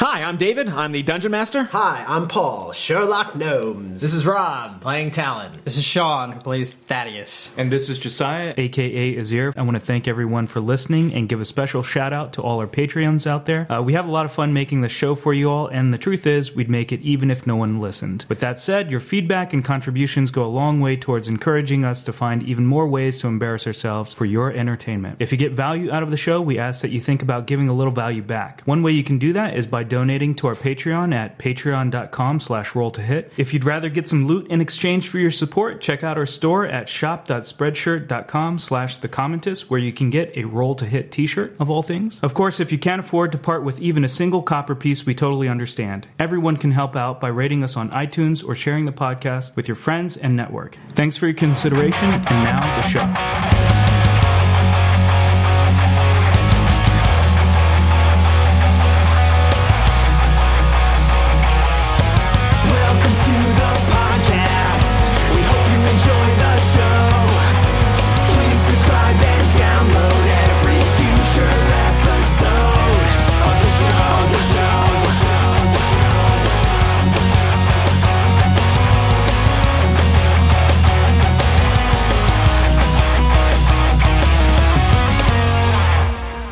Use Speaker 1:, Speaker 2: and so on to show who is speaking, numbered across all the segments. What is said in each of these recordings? Speaker 1: Hi, I'm David. I'm the Dungeon Master.
Speaker 2: Hi, I'm Paul, Sherlock Gnomes.
Speaker 3: This is Rob.
Speaker 4: Playing Talon.
Speaker 5: This is Sean, who plays Thaddeus.
Speaker 6: And this is Josiah, aka Azir. I want to thank everyone for listening and give a special shout out to all our Patreons out there. Uh, we have a lot of fun making the show for you all, and the truth is, we'd make it even if no one listened. With that said, your feedback and contributions go a long way towards encouraging us to find even more ways to embarrass ourselves for your entertainment. If you get value out of the show, we ask that you think about giving a little value back. One way you can do that is by donating to our Patreon at patreon.com slash roll to hit. If you'd rather get some loot in exchange for your support, check out our store at shop.spreadshirt.com slash the commentist where you can get a roll to hit t-shirt of all things. Of course, if you can't afford to part with even a single copper piece, we totally understand. Everyone can help out by rating us on iTunes or sharing the podcast with your friends and network. Thanks for your consideration and now the show.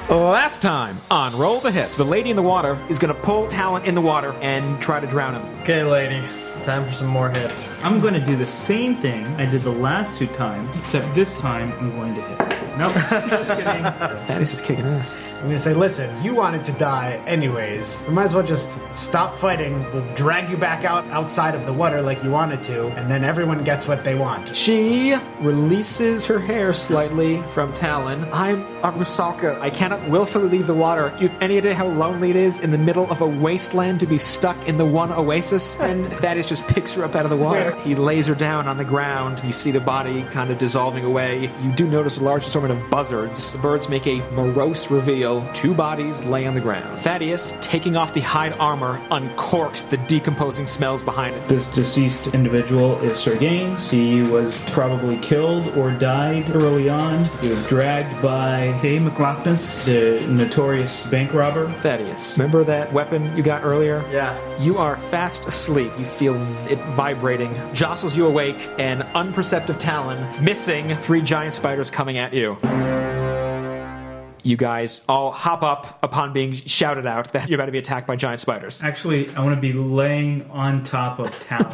Speaker 1: Last time on Roll the Hit, the lady in the water is going to pull Talon in the water and try to drown him.
Speaker 5: Okay, lady. Time for some more hits.
Speaker 6: I'm going to do the same thing I did the last two times, except this time I'm going to hit. Nope. Just kidding.
Speaker 1: Thaddeus is kicking ass.
Speaker 3: I'm gonna say, listen, you wanted to die anyways. We might as well just stop fighting. We'll drag you back out outside of the water like you wanted to, and then everyone gets what they want.
Speaker 1: She releases her hair slightly from Talon. I'm a Rusaka. I cannot willfully leave the water. You've any idea how lonely it is in the middle of a wasteland to be stuck in the one oasis? And Thaddeus just picks her up out of the water. He lays her down on the ground. You see the body kind of dissolving away. You do notice a large assortment of buzzards. The birds make a morose reveal. Two bodies lay on the ground. Thaddeus, taking off the hide armor, uncorks the decomposing smells behind it.
Speaker 6: This deceased individual is Sir Gaines. He was probably killed or died early on. He was dragged by Hay McLaughlin, the notorious bank robber.
Speaker 1: Thaddeus, remember that weapon you got earlier?
Speaker 5: Yeah.
Speaker 1: You are fast asleep. You feel it vibrating, jostles you awake, and unperceptive Talon missing three giant spiders coming at you. You guys all hop up upon being shouted out that you're about to be attacked by giant spiders.
Speaker 6: Actually, I want to be laying on top of Talon.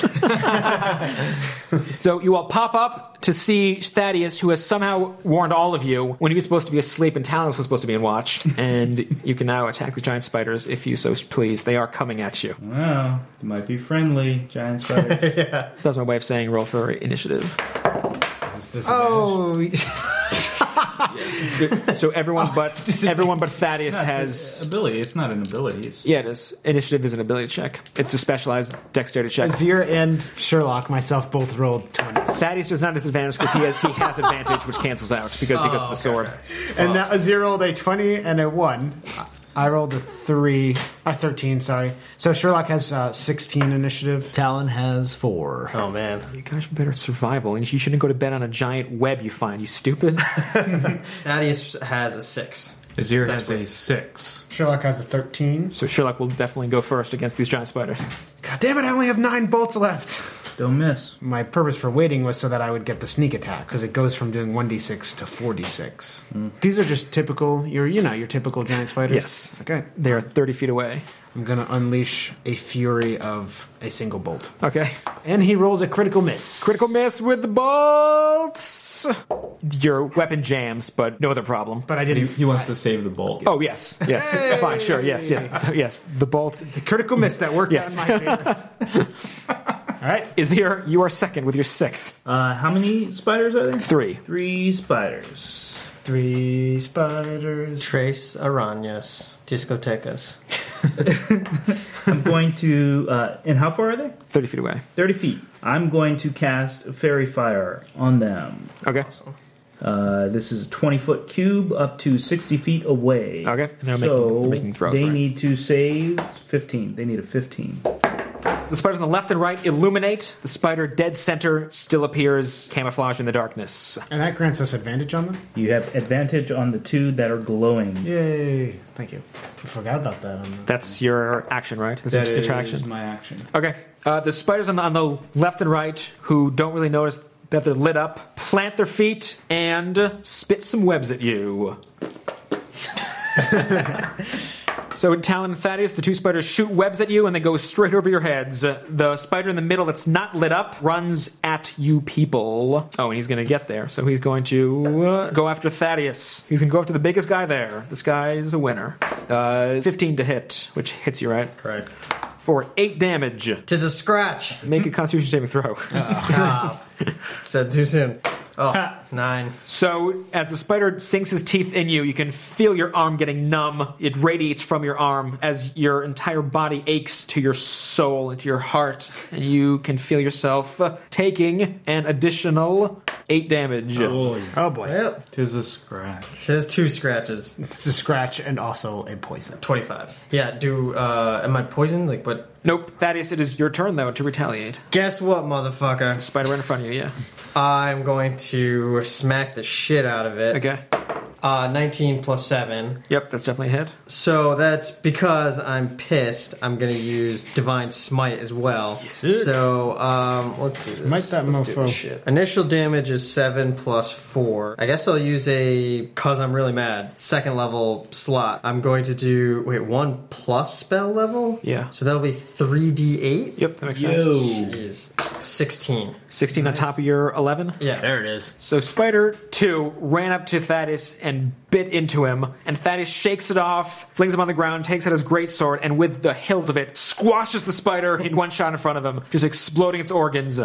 Speaker 1: So you all pop up to see Thaddeus, who has somehow warned all of you when he was supposed to be asleep and Talon was supposed to be in watch. And you can now attack the giant spiders if you so please. They are coming at you.
Speaker 6: wow, they might be friendly, giant spiders.
Speaker 1: That's my way of saying roll for initiative.
Speaker 3: Oh,
Speaker 1: So everyone but everyone but Thaddeus has.
Speaker 6: ability, it's not an ability. It's
Speaker 1: Yeah, it is. Initiative is an ability check. It's a specialized dexterity check.
Speaker 3: Azir and Sherlock, myself, both rolled 20s.
Speaker 1: Thaddeus does not disadvantage because he has he has advantage, which cancels out because because of the sword.
Speaker 3: And now Azir rolled a 20 and a 1. I rolled a 3, a 13, sorry. So Sherlock has uh, 16 initiative.
Speaker 4: Talon has four.
Speaker 5: Oh man.
Speaker 1: You guys are better at survival, and you shouldn't go to bed on a giant web you find. You stupid.
Speaker 5: Thaddeus has a six.
Speaker 6: Azir has a six.
Speaker 3: Sherlock has a 13.
Speaker 1: So Sherlock will definitely go first against these giant spiders.
Speaker 3: God damn it, I only have 9 bolts left.
Speaker 6: Don't miss.
Speaker 3: My purpose for waiting was so that I would get the sneak attack because it goes from doing 1d6 to 4d6. These are just typical, your, you know, your typical giant spiders.
Speaker 1: Yes.
Speaker 3: Okay.
Speaker 1: They are 30 feet away.
Speaker 3: I'm going to unleash a fury of a single bolt.
Speaker 1: Okay.
Speaker 3: And he rolls a critical miss.
Speaker 1: Critical miss with the bolts. Your weapon jams, but no other problem.
Speaker 3: But I didn't.
Speaker 6: He wants to save the bolt.
Speaker 1: Oh yes, yes, fine, sure, yes, yes, yes. The bolt
Speaker 3: The critical miss that worked
Speaker 1: Yes.
Speaker 3: out in my favor.
Speaker 1: All right, is here. You are second with your six,
Speaker 6: Uh, how many spiders are there?
Speaker 1: three.
Speaker 6: Three spiders.
Speaker 3: Three spiders.
Speaker 5: Trace Arañas. Discotecas.
Speaker 6: I'm going to. Uh, and how far are they?
Speaker 1: 30 feet away.
Speaker 6: 30 feet. I'm going to cast Fairy Fire on them.
Speaker 1: Okay.
Speaker 6: Uh, this is a 20 foot cube up to 60 feet away.
Speaker 1: Okay. They're making-
Speaker 6: so
Speaker 1: they're making throws,
Speaker 6: they
Speaker 1: right?
Speaker 6: need to save 15. They need a 15.
Speaker 1: The spiders on the left and right illuminate. The spider dead center still appears camouflage in the darkness.
Speaker 3: And that grants us advantage on them?
Speaker 6: You have advantage on the two that are glowing.
Speaker 3: Yay. Thank you. I forgot about that on the
Speaker 1: That's your action, right? That's
Speaker 6: That
Speaker 1: your
Speaker 6: is
Speaker 1: action.
Speaker 6: my action.
Speaker 1: Okay. Uh, the spiders on the, on the left and right, who don't really notice that they're lit up, plant their feet and spit some webs at you. so, Talon and Thaddeus, the two spiders shoot webs at you and they go straight over your heads. The spider in the middle that's not lit up runs at you people. Oh, and he's going to get there. So, he's going to uh, go after Thaddeus. He's going to go after the biggest guy there. This guy's a winner. Uh, 15 to hit, which hits you, right?
Speaker 5: Correct.
Speaker 1: For 8 damage.
Speaker 5: Tis a scratch.
Speaker 1: Make a constitution saving throw.
Speaker 5: Said too soon. Oh, nine.
Speaker 1: so, as the spider sinks his teeth in you, you can feel your arm getting numb. It radiates from your arm as your entire body aches to your soul and to your heart, and you can feel yourself uh, taking an additional eight damage.
Speaker 3: Oh boy.
Speaker 5: Yep.
Speaker 6: Tis a scratch.
Speaker 5: Says two scratches.
Speaker 3: It's a scratch and also a poison.
Speaker 5: 25. Yeah, do, uh, am I poisoned? Like, what?
Speaker 1: Nope, Thaddeus, it is your turn though to retaliate.
Speaker 5: Guess what, motherfucker?
Speaker 1: Spider right in front of you, yeah.
Speaker 5: I'm going to smack the shit out of it.
Speaker 1: Okay.
Speaker 5: Uh, 19 plus 7.
Speaker 1: Yep, that's definitely a hit.
Speaker 5: So that's because I'm pissed. I'm going to use Divine Smite as well. So um, let's do this.
Speaker 3: Smite that
Speaker 5: Let's do
Speaker 3: mofo.
Speaker 5: this shit. Initial damage is 7 plus 4. I guess I'll use a, because I'm really mad, second level slot. I'm going to do, wait, 1 plus spell level?
Speaker 1: Yeah.
Speaker 5: So that'll be 3d8?
Speaker 1: Yep, that makes sense.
Speaker 4: Yo.
Speaker 5: Jeez. 16.
Speaker 1: 16 on top of your 11?
Speaker 5: Yeah.
Speaker 4: There it is.
Speaker 1: So Spider 2 ran up to Thaddeus and bit into him, and Thaddeus shakes it off, flings him on the ground, takes out his greatsword, and with the hilt of it, squashes the spider in one shot in front of him, just exploding its organs.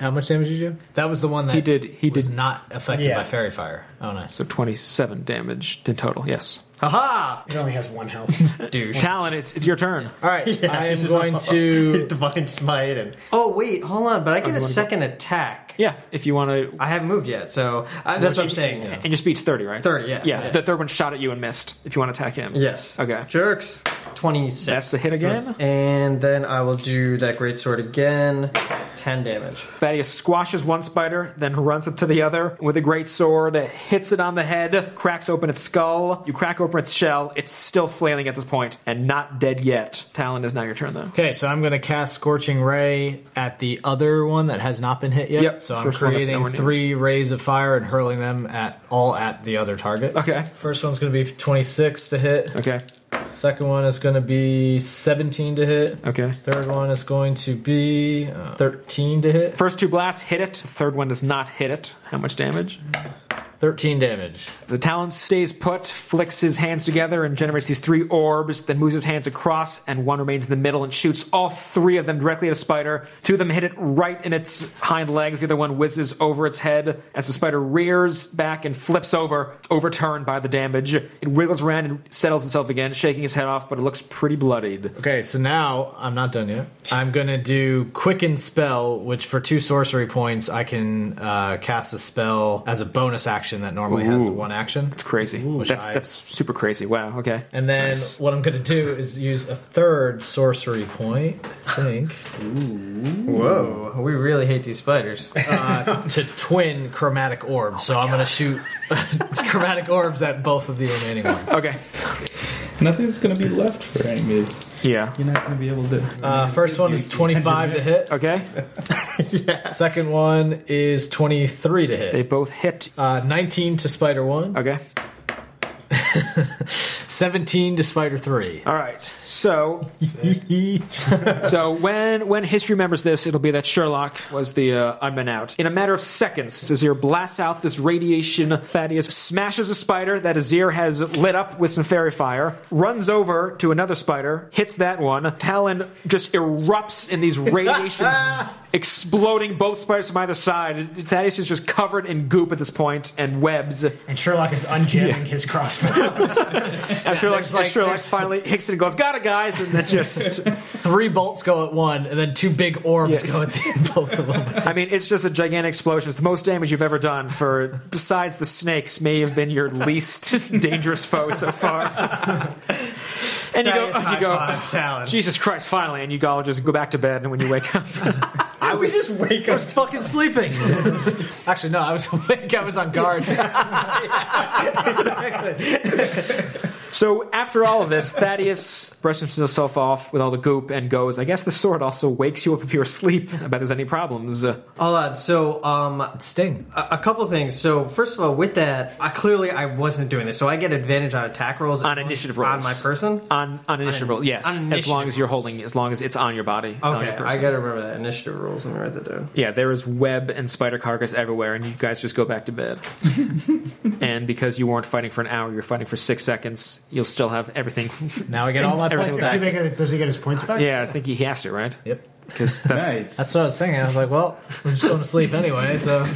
Speaker 4: How much damage did you do? That was the one that
Speaker 1: He did- he
Speaker 4: was
Speaker 1: did-
Speaker 4: not affected
Speaker 3: Yeah.
Speaker 4: by fairy fire. Oh, nice.
Speaker 1: So 27 damage in total, yes.
Speaker 5: Haha!
Speaker 3: It only has one health.
Speaker 5: Dude.
Speaker 1: Talon, it's, it's your turn.
Speaker 4: All right, I am going
Speaker 5: He's
Speaker 4: to.
Speaker 5: divine smite and oh wait, hold on, but I get a second attack.
Speaker 1: Yeah, if you want to.
Speaker 5: I haven't moved yet, so uh, that's what I'm
Speaker 1: you-
Speaker 5: saying.
Speaker 1: And your speed's 30, right?
Speaker 5: 30, yeah.
Speaker 1: Yeah,
Speaker 5: Yeah.
Speaker 1: the third one shot at you and missed, if you want to attack him.
Speaker 5: Yes.
Speaker 1: Okay.
Speaker 5: Jerks. Twenty six.
Speaker 1: That's the hit again.
Speaker 5: And then I will do that great sword again. Ten damage.
Speaker 1: Thaddeus squashes one spider, then runs up to the other with a great sword, hits it on the head, cracks open its skull. You crack open its shell. It's still flailing at this point and not dead yet. Talon is now your turn, though.
Speaker 4: Okay, so I'm going to cast Scorching Ray at the other one that has not been hit yet.
Speaker 1: Yep,
Speaker 4: So I'm
Speaker 1: first one that's
Speaker 4: creating
Speaker 1: nowhere near.
Speaker 4: three rays of fire and hurling them at all at the other target.
Speaker 1: Okay.
Speaker 4: First one's going to be 26 to hit.
Speaker 1: Okay.
Speaker 4: Second one is going to be 17 to hit.
Speaker 1: Okay.
Speaker 4: Third one is going to be uh, 13 to hit.
Speaker 1: First two blasts hit it. Third one does not hit it. How much damage?
Speaker 4: 13 damage.
Speaker 1: The Talon stays put, flicks his hands together, and generates these three orbs, then moves his hands across, and one remains in the middle and shoots all three of them directly at a spider. Two of them hit it right in its hind legs, the other one whizzes over its head as the spider rears back and flips over, overturned by the damage. It wiggles around and settles itself again, shaking its head off, but it looks pretty bloodied.
Speaker 4: Okay, so now I'm not done yet. I'm going to do Quicken Spell, which for two sorcery points, I can uh, cast a spell as a bonus action that normally has one action.
Speaker 1: It's crazy. that's,
Speaker 4: I-
Speaker 1: that's super crazy. Wow, okay.
Speaker 4: And then
Speaker 1: Nice.
Speaker 4: what I'm going to do is use a third sorcery point, I think,
Speaker 5: Whoa. We really hate these spiders.
Speaker 4: uh, to twin Chromatic Orb. so I'm going to shoot Chromatic Orbs at both of the remaining ones.
Speaker 1: Okay.
Speaker 7: Nothing's gonna be left for Angmid.
Speaker 1: Yeah.
Speaker 7: You're not gonna be able to.
Speaker 4: Uh, first one is 25 to hit.
Speaker 1: Okay.
Speaker 4: Second one is 23 to
Speaker 1: They
Speaker 4: hit.
Speaker 1: both hit.
Speaker 4: Uh, 19 to Spider 1.
Speaker 1: Okay.
Speaker 4: 17 to Spider 3.
Speaker 1: All right. So So when when history remembers this, it'll be that Sherlock was the uh, odd man out. In a matter of seconds, Azir blasts out this radiation. Thaddeus smashes a spider that Azir has lit up with some fairy fire. Runs over to another spider, hits that one. Talon just erupts in these radiation. Exploding both spiders from either side. Thaddeus is just covered in goop at this point and webs.
Speaker 3: and Sherlock is unjamming his crossbow.
Speaker 1: And Sherlock's like, Sherlock finally hicks it and goes, Got it, guys! And that just.
Speaker 4: Three bolts go at one, and then two big orbs
Speaker 1: Yeah.
Speaker 4: go at the, both of them.
Speaker 1: I mean, it's just a gigantic explosion. It's the most damage you've ever done for, besides the snakes, may have been your least dangerous foe so far. And you
Speaker 3: That
Speaker 1: go, uh,
Speaker 3: is high
Speaker 1: you go
Speaker 3: five talent.
Speaker 1: Jesus Christ, finally. And you all just go back to bed. And when you wake up,
Speaker 5: I would just wake up.
Speaker 4: fucking sleeping. Actually, no, I was awake. I was on guard.
Speaker 1: So after all of this, Thaddeus brushes himself off with all the goop and goes, I guess the sword also wakes you up if you're asleep. I bet there's any problems. Uh,
Speaker 5: Hold on. So, um, a,
Speaker 4: Sting.
Speaker 5: a couple things. So, first of all, with that, I clearly I wasn't doing this, so I get advantage on attack rolls
Speaker 1: On initiative rolls.
Speaker 5: on my person.
Speaker 1: On, on initiative rolls, yes.
Speaker 5: on
Speaker 1: as long
Speaker 5: initiative
Speaker 1: as you're holding, as long as it's on your body. not on
Speaker 5: Okay,
Speaker 1: your person.
Speaker 5: I gotta remember that initiative rules. Let me write that down.
Speaker 1: Yeah, there is web and spider carcass everywhere, and you guys just go back to bed. and because you weren't fighting for an hour, you're fighting for six seconds, you'll still have everything.
Speaker 4: Now I get all my points
Speaker 1: Everything
Speaker 4: back.
Speaker 3: Do they get, does he get his points back?
Speaker 1: yeah, I think he has it, right?
Speaker 4: Yep.
Speaker 1: Because that's.
Speaker 7: Nice.
Speaker 4: That's what I was thinking. I was like, well, I'm just going to sleep anyway, so.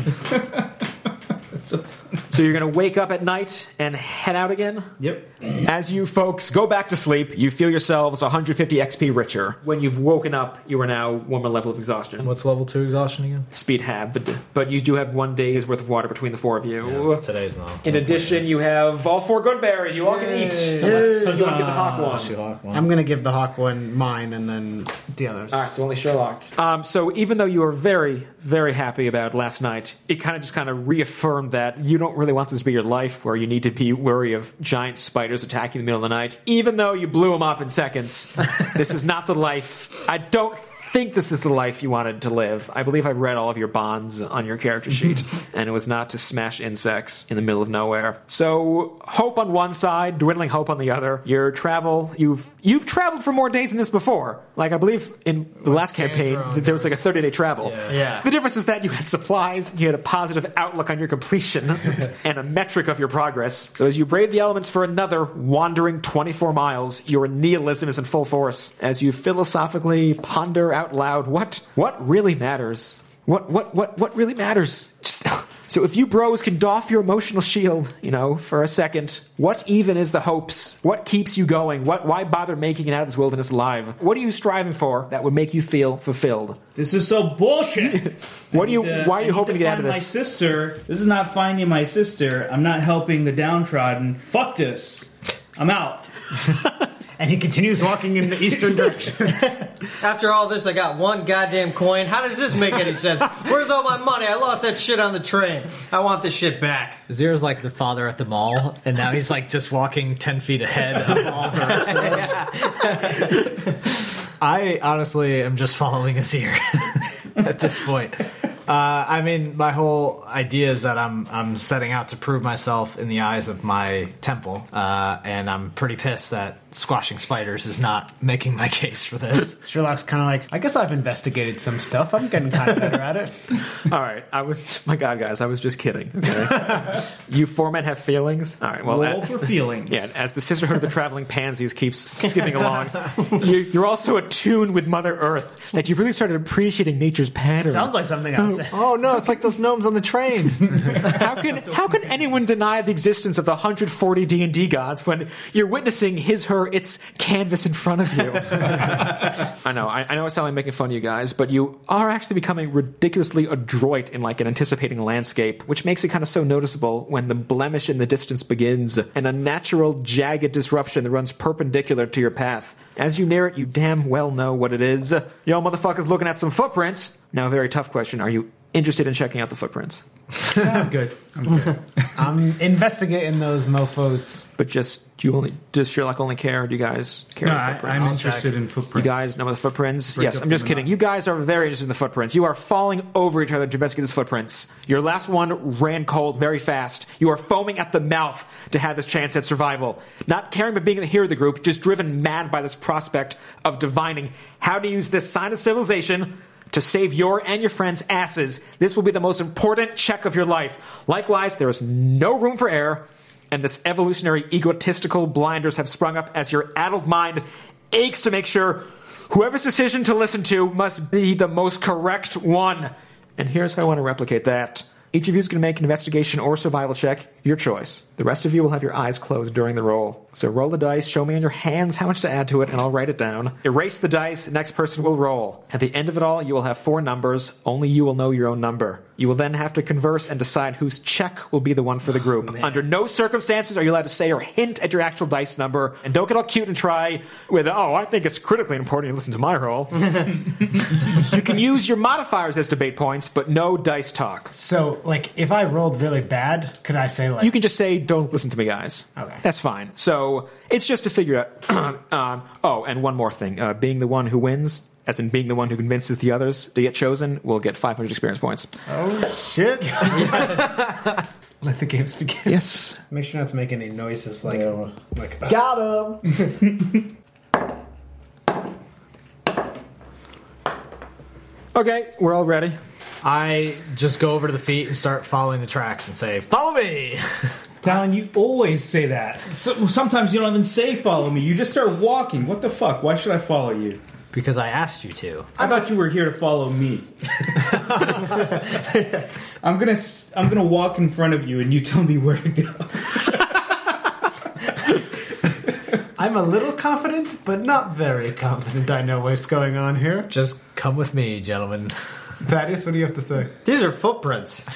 Speaker 1: So you're going to wake up at night and head out again?
Speaker 7: Yep.
Speaker 1: As you folks go back to sleep, you feel yourselves 150 XP richer. When you've woken up, you are now one more level of exhaustion.
Speaker 4: What's level two exhaustion again?
Speaker 1: Speed have, but, but you do have one day's worth of water between the four of you.
Speaker 4: Today's not.
Speaker 1: In addition, you have all four good berries. You all can eat. Unless you want to get the hawk one.
Speaker 3: I'm gonna give the hawk one mine and then the others.
Speaker 1: All right, so only Sherlock. Um, so even though you were very, very happy about last night, it kind of just kind of reaffirmed that you don't really want this to be your life where you need to be wary of giant spiders attacking you in the middle of the night. Even though you blew them up in seconds, this is not the life. I don't think this is the life you wanted to live. I believe I've read all of your bonds on your character
Speaker 4: Mm-hmm.
Speaker 1: sheet, and it was not to smash insects in the middle of nowhere. So hope on one side, dwindling hope on the other. Your travel, you've you've traveled for more days than this before. Like I believe in the last
Speaker 4: Game of
Speaker 1: campaign,
Speaker 4: Thrones,
Speaker 1: th- there was like a thirty day travel.
Speaker 5: Yeah.
Speaker 1: The difference is that you had supplies, you had a positive outlook on your completion, and a metric of your progress. So as you brave the elements for another wandering 24 miles, your nihilism is in full force as you philosophically ponder out loud what what really matters. What what what what really matters? Just, so if you bros can doff your emotional shield, you know, for a second, what even is the hopes? What keeps you going? What why bother making it out of this wilderness alive? What are you striving for that would make you feel fulfilled?
Speaker 7: This is so bullshit.
Speaker 1: What do you?
Speaker 7: Uh,
Speaker 1: why
Speaker 7: I
Speaker 1: are you
Speaker 7: need
Speaker 1: hoping to get out of
Speaker 7: find My
Speaker 1: this?
Speaker 7: sister. This is not finding my sister. I'm not helping the downtrodden. Fuck this. I'm out.
Speaker 3: And he continues walking in the eastern direction.
Speaker 5: After all this, I got one goddamn coin. How does this make any sense? Where's all my money? I lost that shit on the train. I want this shit back.
Speaker 4: Zero's like the father at the mall, and now he's like just walking 10 feet ahead of all the rest of us. I honestly am just following his ear at this point. Uh, I mean, my whole idea is that I'm I'm setting out to prove myself in the eyes of my temple, uh, and I'm pretty pissed that squashing spiders is not making my case for this.
Speaker 3: Sherlock's kind of like, I guess I've investigated some stuff. I'm getting kind of better at it.
Speaker 1: All right, I was. My God, guys, I was just kidding. okay? you four men have feelings. All right, well,
Speaker 7: Roll
Speaker 1: uh,
Speaker 7: for feelings.
Speaker 1: yeah. As the Sisterhood of the Traveling Pansies keeps skipping along, you, you're also attuned with Mother Earth that you've really started appreciating nature's pattern.
Speaker 3: Sounds like something I would say.
Speaker 4: oh no, it's like those gnomes on the train.
Speaker 1: how can how can anyone deny the existence of the 140 D and D gods when you're witnessing his her its canvas in front of you? I know I, I know it sounds like I'm making fun of you guys, but you are actually becoming ridiculously adroit in like an anticipating landscape, which makes it kind of so noticeable when the blemish in the distance begins, an unnatural jagged disruption that runs perpendicular to your path. As you near it, you damn well know what it is. Yo, motherfuckers, looking at some footprints. Now, a very tough question: Are you interested in checking out the footprints?
Speaker 7: I'm good.
Speaker 3: I'm investigating those mofos.
Speaker 1: But just do you only does Sherlock only care? Or do you guys care
Speaker 6: No,
Speaker 1: in
Speaker 6: I,
Speaker 1: footprints?
Speaker 6: I'm interested in footprints.
Speaker 1: you guys know the footprints.
Speaker 6: Break
Speaker 1: yes,
Speaker 6: up
Speaker 1: I'm just
Speaker 6: the
Speaker 1: kidding.
Speaker 6: monotony.
Speaker 1: You guys are very interested in the footprints. You are falling over each other to investigate these footprints. Your last one ran cold very fast. You are foaming at the mouth to have this chance at survival. Not caring but being the hero of the group, just driven mad by this prospect of divining how to use this sign of civilization to save your and your friends' asses. This will be the most important check of your life. Likewise, there is no room for error and this evolutionary egotistical blinders have sprung up as your addled mind aches to make sure whoever's decision to listen to must be the most correct one. And here's how I want to replicate that. Each of you is going to make an investigation or survival check. Your choice. The rest of you will have your eyes closed during the roll. So roll the dice, show me on your hands how much to add to it, and I'll write it down. Erase the dice, the next person will roll. At the end of it all, you will have four numbers. Only you will know your own number. You will then have to converse and decide whose check will be the one for the group. Under no circumstances are you allowed to say or hint at your actual dice number, and don't get all cute and try with, oh, I think it's critically important you listen to my roll. you can use your modifiers as debate points, but no dice talk.
Speaker 3: So, like, if I rolled really bad, could I say like
Speaker 1: You can just say, "Don't listen to me, guys."
Speaker 3: Okay.
Speaker 1: that's fine. So it's just to figure out. um, oh, and one more thing: uh, being the one who wins, as in being the one who convinces the others to get chosen, will get 500 experience points.
Speaker 3: shit? Let the games begin.
Speaker 1: Yes.
Speaker 3: Make sure not to make any noises like like uh,
Speaker 2: Got him.
Speaker 1: Okay, we're all ready.
Speaker 4: I just go over to the feet and start following the tracks and say, "Follow me."
Speaker 7: Talon, you always say that. So, sometimes you don't even say follow me. You just start walking. What the fuck? Why should I follow you?
Speaker 4: Because I asked you to.
Speaker 7: I thought you were here to follow me. I'm gonna s- I'm gonna walk in front of you, and you tell me where to go.
Speaker 3: I'm a little confident, but not very confident. I know what's going on here.
Speaker 4: Just come with me, gentlemen.
Speaker 3: Thaddeus, what do you have to say?
Speaker 5: These are footprints.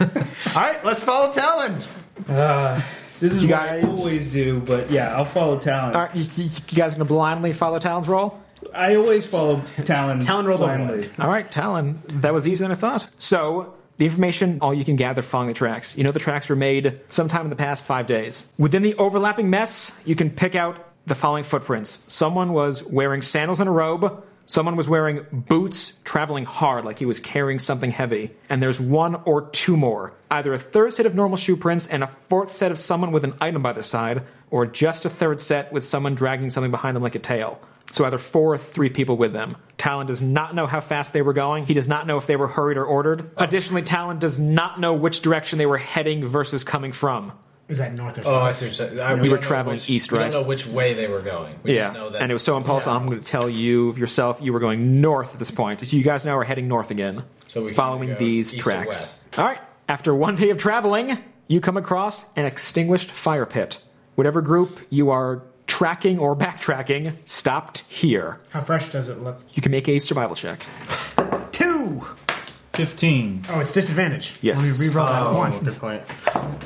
Speaker 3: All right, let's follow Talon.
Speaker 7: This is
Speaker 1: You
Speaker 7: what I
Speaker 1: guys-
Speaker 7: always do, but yeah, I'll follow Talon.
Speaker 1: All right, you, you you guys gonna blindly follow Talon's roll?
Speaker 7: I always follow Talon.
Speaker 3: Talon rolled a
Speaker 7: blindly.
Speaker 1: All right, Talon, that was easier than I thought. So. The information, all you can gather following the tracks. You know the tracks were made sometime in the past five days. Within the overlapping mess, you can pick out the following footprints. Someone was wearing sandals and a robe. Someone was wearing boots, traveling hard, like he was carrying something heavy. And there's one or two more. Either a third set of normal shoe prints and a fourth set of someone with an item by their side, or just a third set with someone dragging something behind them like a tail. So either four or three people with them. Talon does not know how fast they were going. He does not know if they were hurried or ordered. Additionally, Talon does not know which direction they were heading versus coming from.
Speaker 3: Is that north or
Speaker 4: Oh,
Speaker 3: south?
Speaker 4: I see. What you're saying. I,
Speaker 1: were
Speaker 4: don't know
Speaker 1: traveling
Speaker 4: which-
Speaker 1: east,
Speaker 4: We
Speaker 1: right?
Speaker 4: don't know which way they were going. We
Speaker 1: yeah,
Speaker 4: just know that
Speaker 1: and it was so impulsive.
Speaker 4: Yeah.
Speaker 1: I'm going to tell you yourself you were going north at this point. So you guys now are heading north again,
Speaker 4: So we can
Speaker 1: following
Speaker 4: go
Speaker 1: these
Speaker 4: east or
Speaker 1: tracks.
Speaker 4: west.
Speaker 1: All right. After one day of traveling, you come across an extinguished fire pit. Whatever group you are tracking or backtracking stopped here.
Speaker 3: How fresh does it look?
Speaker 1: You can make a survival check.
Speaker 3: Two.
Speaker 7: Fifteen.
Speaker 3: Oh, it's disadvantage.
Speaker 1: Yes.
Speaker 3: Let me reroll
Speaker 4: Oh,
Speaker 3: that one.
Speaker 5: good point.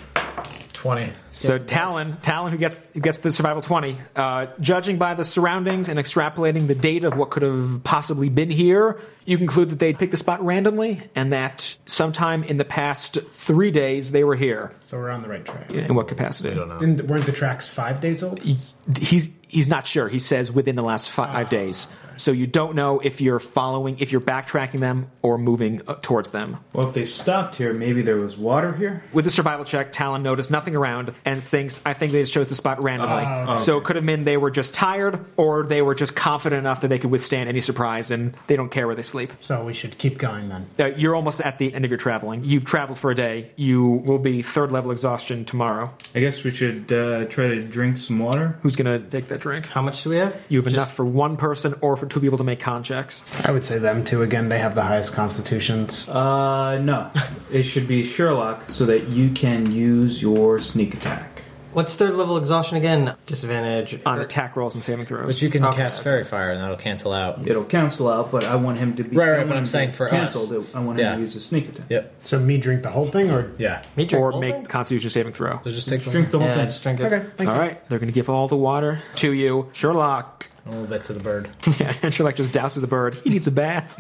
Speaker 4: twenty.
Speaker 1: So Talon, Talon, who gets who gets the survival twenty, uh, judging by the surroundings and extrapolating the date of what could have possibly been here, you conclude that they picked the spot randomly and that sometime in the past three days they were here.
Speaker 3: So we're on the right track.
Speaker 1: In what capacity?
Speaker 3: Didn't, weren't the tracks five days old?
Speaker 1: He's he's not sure. He says within the last five days. So you don't know if you're following, if you're backtracking them or moving uh, towards them.
Speaker 7: Well, if they stopped here, maybe there was water here.
Speaker 1: With the survival check, Talon noticed nothing around and thinks, I think they just chose the spot randomly. So it could have been they were just tired or they were just confident enough that they could withstand any surprise and they don't care where they sleep.
Speaker 3: So we should keep going then.
Speaker 1: Uh, you're almost at the end of your traveling. You've traveled for a day. You will be third level exhaustion tomorrow.
Speaker 7: I guess we should uh, try to drink some water.
Speaker 1: Who's going to take that drink?
Speaker 5: How much do we have?
Speaker 1: You have enough for one person or for two people to make con checks.
Speaker 3: I would say them two again. They have the highest constitutions.
Speaker 7: Uh, no. it should be Sherlock so that you can use your sneak attack.
Speaker 5: What's third level exhaustion again? Disadvantage.
Speaker 1: On attack rolls and saving throws.
Speaker 4: But you can
Speaker 5: Okay.
Speaker 4: cast fairy fire, and that'll cancel out.
Speaker 7: It'll cancel out, but I want him to be.
Speaker 4: Right, right,
Speaker 7: I want
Speaker 4: but I'm
Speaker 7: him to
Speaker 4: saying
Speaker 7: be
Speaker 4: for us.
Speaker 7: canceled. I want him
Speaker 4: Yeah.
Speaker 7: to use a sneak attack.
Speaker 4: Yep.
Speaker 3: So me drink the whole thing, or
Speaker 4: Yeah.
Speaker 5: Me drink
Speaker 1: Or
Speaker 5: whole
Speaker 1: make
Speaker 5: thing?
Speaker 1: constitution saving throw.
Speaker 4: So just take the
Speaker 7: Drink the whole
Speaker 5: Yeah,
Speaker 7: thing.
Speaker 5: just drink it. Okay.
Speaker 1: All right, they're going to give all the water to you. Sherlock.
Speaker 4: a little bit to the bird.
Speaker 1: Yeah, and Sherlock just douses the bird. He needs a bath.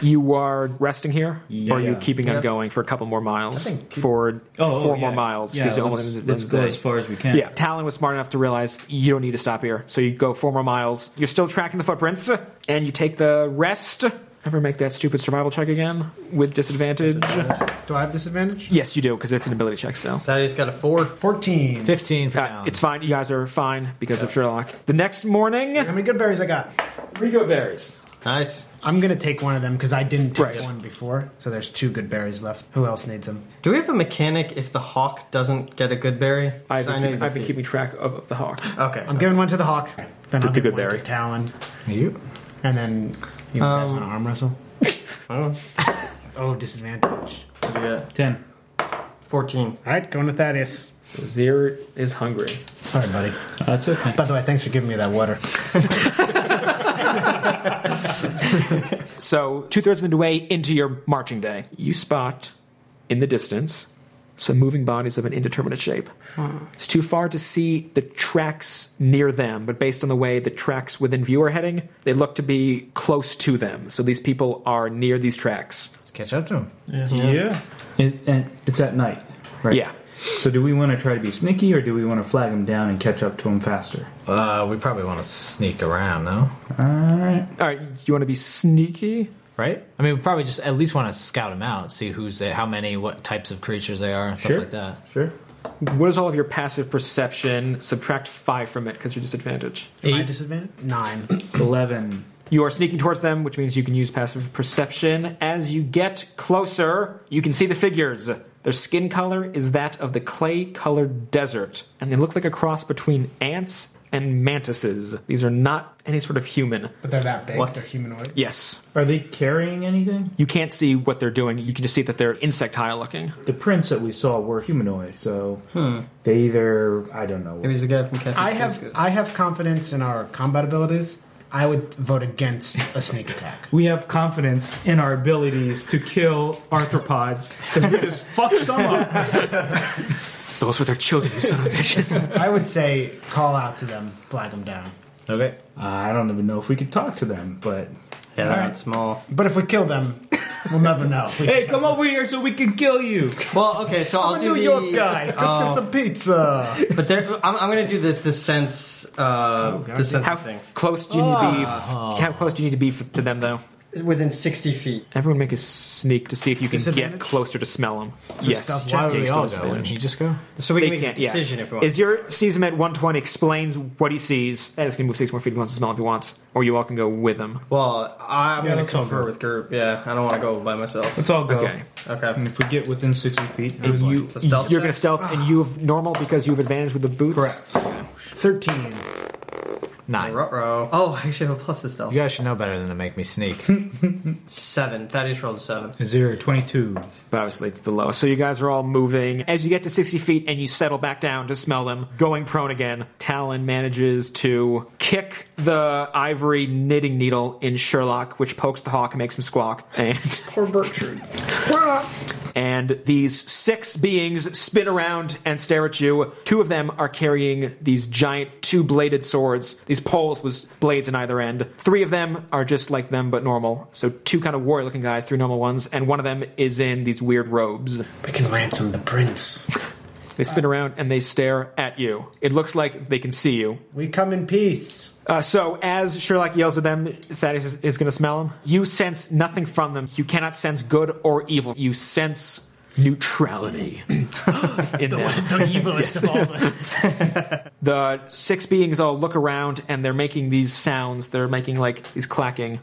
Speaker 1: you are resting here, or are you
Speaker 7: Yeah.
Speaker 1: keeping on going for a couple more miles? For four
Speaker 7: oh,
Speaker 1: more
Speaker 7: yeah.
Speaker 1: miles.
Speaker 7: Yeah, let's,
Speaker 1: 'cause it only-
Speaker 7: let's
Speaker 1: the-
Speaker 7: go as far as we can.
Speaker 1: Yeah, Talon was smart enough to realize you don't need to stop here, so you go four more miles. You're still tracking the footprints, and you take the rest. Ever make that stupid survival check again with disadvantage?
Speaker 3: do I have disadvantage?
Speaker 1: Yes, you do because it's an ability check still.
Speaker 5: Thaddeus got a four.
Speaker 3: Fourteen.
Speaker 4: Fifteen for
Speaker 1: Uh,
Speaker 4: now.
Speaker 1: it's fine. You guys are fine because of Sherlock. The next morning,
Speaker 3: How many good berries I got?
Speaker 1: three good berries.
Speaker 5: Nice.
Speaker 3: I'm gonna take one of them because I didn't take
Speaker 1: Right.
Speaker 3: one before. So there's two good berries left. Who else needs them?
Speaker 5: Do we have a mechanic if the hawk doesn't get a good berry?
Speaker 1: I've
Speaker 5: 'Cause I
Speaker 1: been,
Speaker 5: know
Speaker 1: keeping,
Speaker 5: you-
Speaker 1: I've been keeping track of, of the hawk.
Speaker 7: Uh,
Speaker 5: Okay.
Speaker 3: I'm giving one to the hawk. Then I'll
Speaker 1: the
Speaker 3: give
Speaker 1: good
Speaker 3: one
Speaker 1: berry.
Speaker 3: to Talon,
Speaker 4: you.
Speaker 3: and then you guys want to arm wrestle? oh, disadvantage.
Speaker 5: Yeah.
Speaker 7: Ten.
Speaker 5: 14.
Speaker 3: All right, going with Thaddeus.
Speaker 5: So Zir is hungry.
Speaker 3: Sorry, buddy.
Speaker 7: That's okay.
Speaker 3: By the way, thanks for giving me that water.
Speaker 1: So, two thirds of the way into your marching day, you spot in the distance some moving bodies of an indeterminate shape. It's too far to see the tracks near them, but based on the way the tracks within view are heading, they look to be close to them. So, these people are near these tracks.
Speaker 4: Let's catch up to him.
Speaker 7: Yeah.
Speaker 6: And, and it's at night, right?
Speaker 1: Yeah.
Speaker 6: So do we want to try to be sneaky, or do we want to flag him down and catch up to him faster?
Speaker 4: Uh, we probably want to sneak around, no?
Speaker 6: All right.
Speaker 1: All right, you want to be sneaky?
Speaker 4: Right? I mean, we probably just at least want to scout him out, see who's there, how many, what types of creatures they are, and stuff
Speaker 6: Sure.
Speaker 4: like that.
Speaker 6: Sure.
Speaker 1: What is all of your passive perception? Subtract five from it because you're disadvantaged.
Speaker 3: My disadvantage? Nine.
Speaker 6: Eleven.
Speaker 1: You are sneaking towards them, which means you can use passive perception. As you get closer, you can see the figures. Their skin color is that of the clay colored desert, and they look like a cross between ants and mantises. These are not any sort of human.
Speaker 3: But they're that big.
Speaker 1: What?
Speaker 3: They're humanoid.
Speaker 1: Yes.
Speaker 6: Are they carrying anything?
Speaker 1: You can't see what they're doing, you can just see that they're insectile looking.
Speaker 6: The prints that we saw were humanoid, so they either I don't know.
Speaker 5: Maybe he's the guy from Catch
Speaker 3: I have I have confidence in our combat abilities. I would vote against a sneak attack.
Speaker 6: we have confidence in our abilities to kill arthropods because we just fucked some up.
Speaker 1: Those were their children, you son of bitches.
Speaker 3: I would say call out to them, flag them down.
Speaker 4: Okay.
Speaker 6: Uh, I don't even know if we could talk to them, but
Speaker 5: Yeah, they're
Speaker 6: All
Speaker 5: not small.
Speaker 3: But if we kill them, we'll never know. We-
Speaker 7: Hey, come over here so we can kill you.
Speaker 5: Well, okay, so I'll
Speaker 3: I'm a
Speaker 5: do
Speaker 3: New
Speaker 5: the, oh.
Speaker 3: York guy. Let's get some pizza.
Speaker 5: But there, I'm, I'm going to do this. The sense, uh, the sense
Speaker 1: How
Speaker 5: thing
Speaker 1: close do you need to be?
Speaker 4: Ah.
Speaker 1: How close do you need to be f- to them, though?
Speaker 5: within sixty feet.
Speaker 1: Everyone make a sneak to see if you can get
Speaker 3: Disadvantage?
Speaker 1: closer to smell them.
Speaker 4: Stuff,
Speaker 1: Yes.
Speaker 4: why
Speaker 1: Yeah,
Speaker 4: would
Speaker 1: you
Speaker 4: we
Speaker 1: still
Speaker 4: all
Speaker 1: have
Speaker 4: go? Wouldn't
Speaker 1: advantage.
Speaker 4: he just go?
Speaker 5: So we
Speaker 1: They
Speaker 5: can make
Speaker 1: can't,
Speaker 5: a
Speaker 1: yeah.
Speaker 5: decision if we want.
Speaker 1: Is your sees him at 120, explains what he sees, and it's going to move six more feet if he wants to smell if he wants, or you all can go with him.
Speaker 5: well, I'm going
Speaker 6: let's
Speaker 5: to
Speaker 6: all
Speaker 5: confer
Speaker 6: go.
Speaker 5: with group. Yeah, I don't want to go by myself.
Speaker 6: let's all go.
Speaker 1: Okay.
Speaker 6: And
Speaker 5: Okay.
Speaker 7: Mm-hmm.
Speaker 6: if we get within sixty feet, I was
Speaker 1: You,
Speaker 6: like,
Speaker 5: So stealth
Speaker 1: you're
Speaker 5: check?
Speaker 1: going to stealth, and you have normal because you have advantage with the boots. Correct.
Speaker 3: Thirteen.
Speaker 4: Nine.
Speaker 5: Ruh-roh. Oh, I actually have a plus to stealth.
Speaker 4: You guys should know better than to make me sneak.
Speaker 5: Seven. Thaddeus rolled a seven.
Speaker 6: zero, 22.
Speaker 1: But obviously, it's the lowest. So you guys are all moving. As you get to 60 feet and you settle back down to smell them, going prone again, Talon manages to kick the ivory knitting needle in Sherlock, which pokes the hawk and makes him squawk. And
Speaker 5: Poor Bertrude.
Speaker 1: And these six beings spin around and stare at you. Two of them are carrying these giant two bladed swords, these poles with blades in either end. Three of them are just like them but normal. So, two kind of warrior looking guys, three normal ones, and one of them is in these weird robes.
Speaker 3: We can ransom the prince.
Speaker 1: They spin around and they stare at you. It looks like they can see you.
Speaker 3: We come in peace.
Speaker 1: Uh, so as Sherlock yells at them, Thaddeus is, is going to smell them. You sense nothing from them. You cannot sense good or evil. You sense neutrality in them.
Speaker 3: The evilest of all. the-
Speaker 1: The six beings all look around and they're making these sounds. They're making like these clacking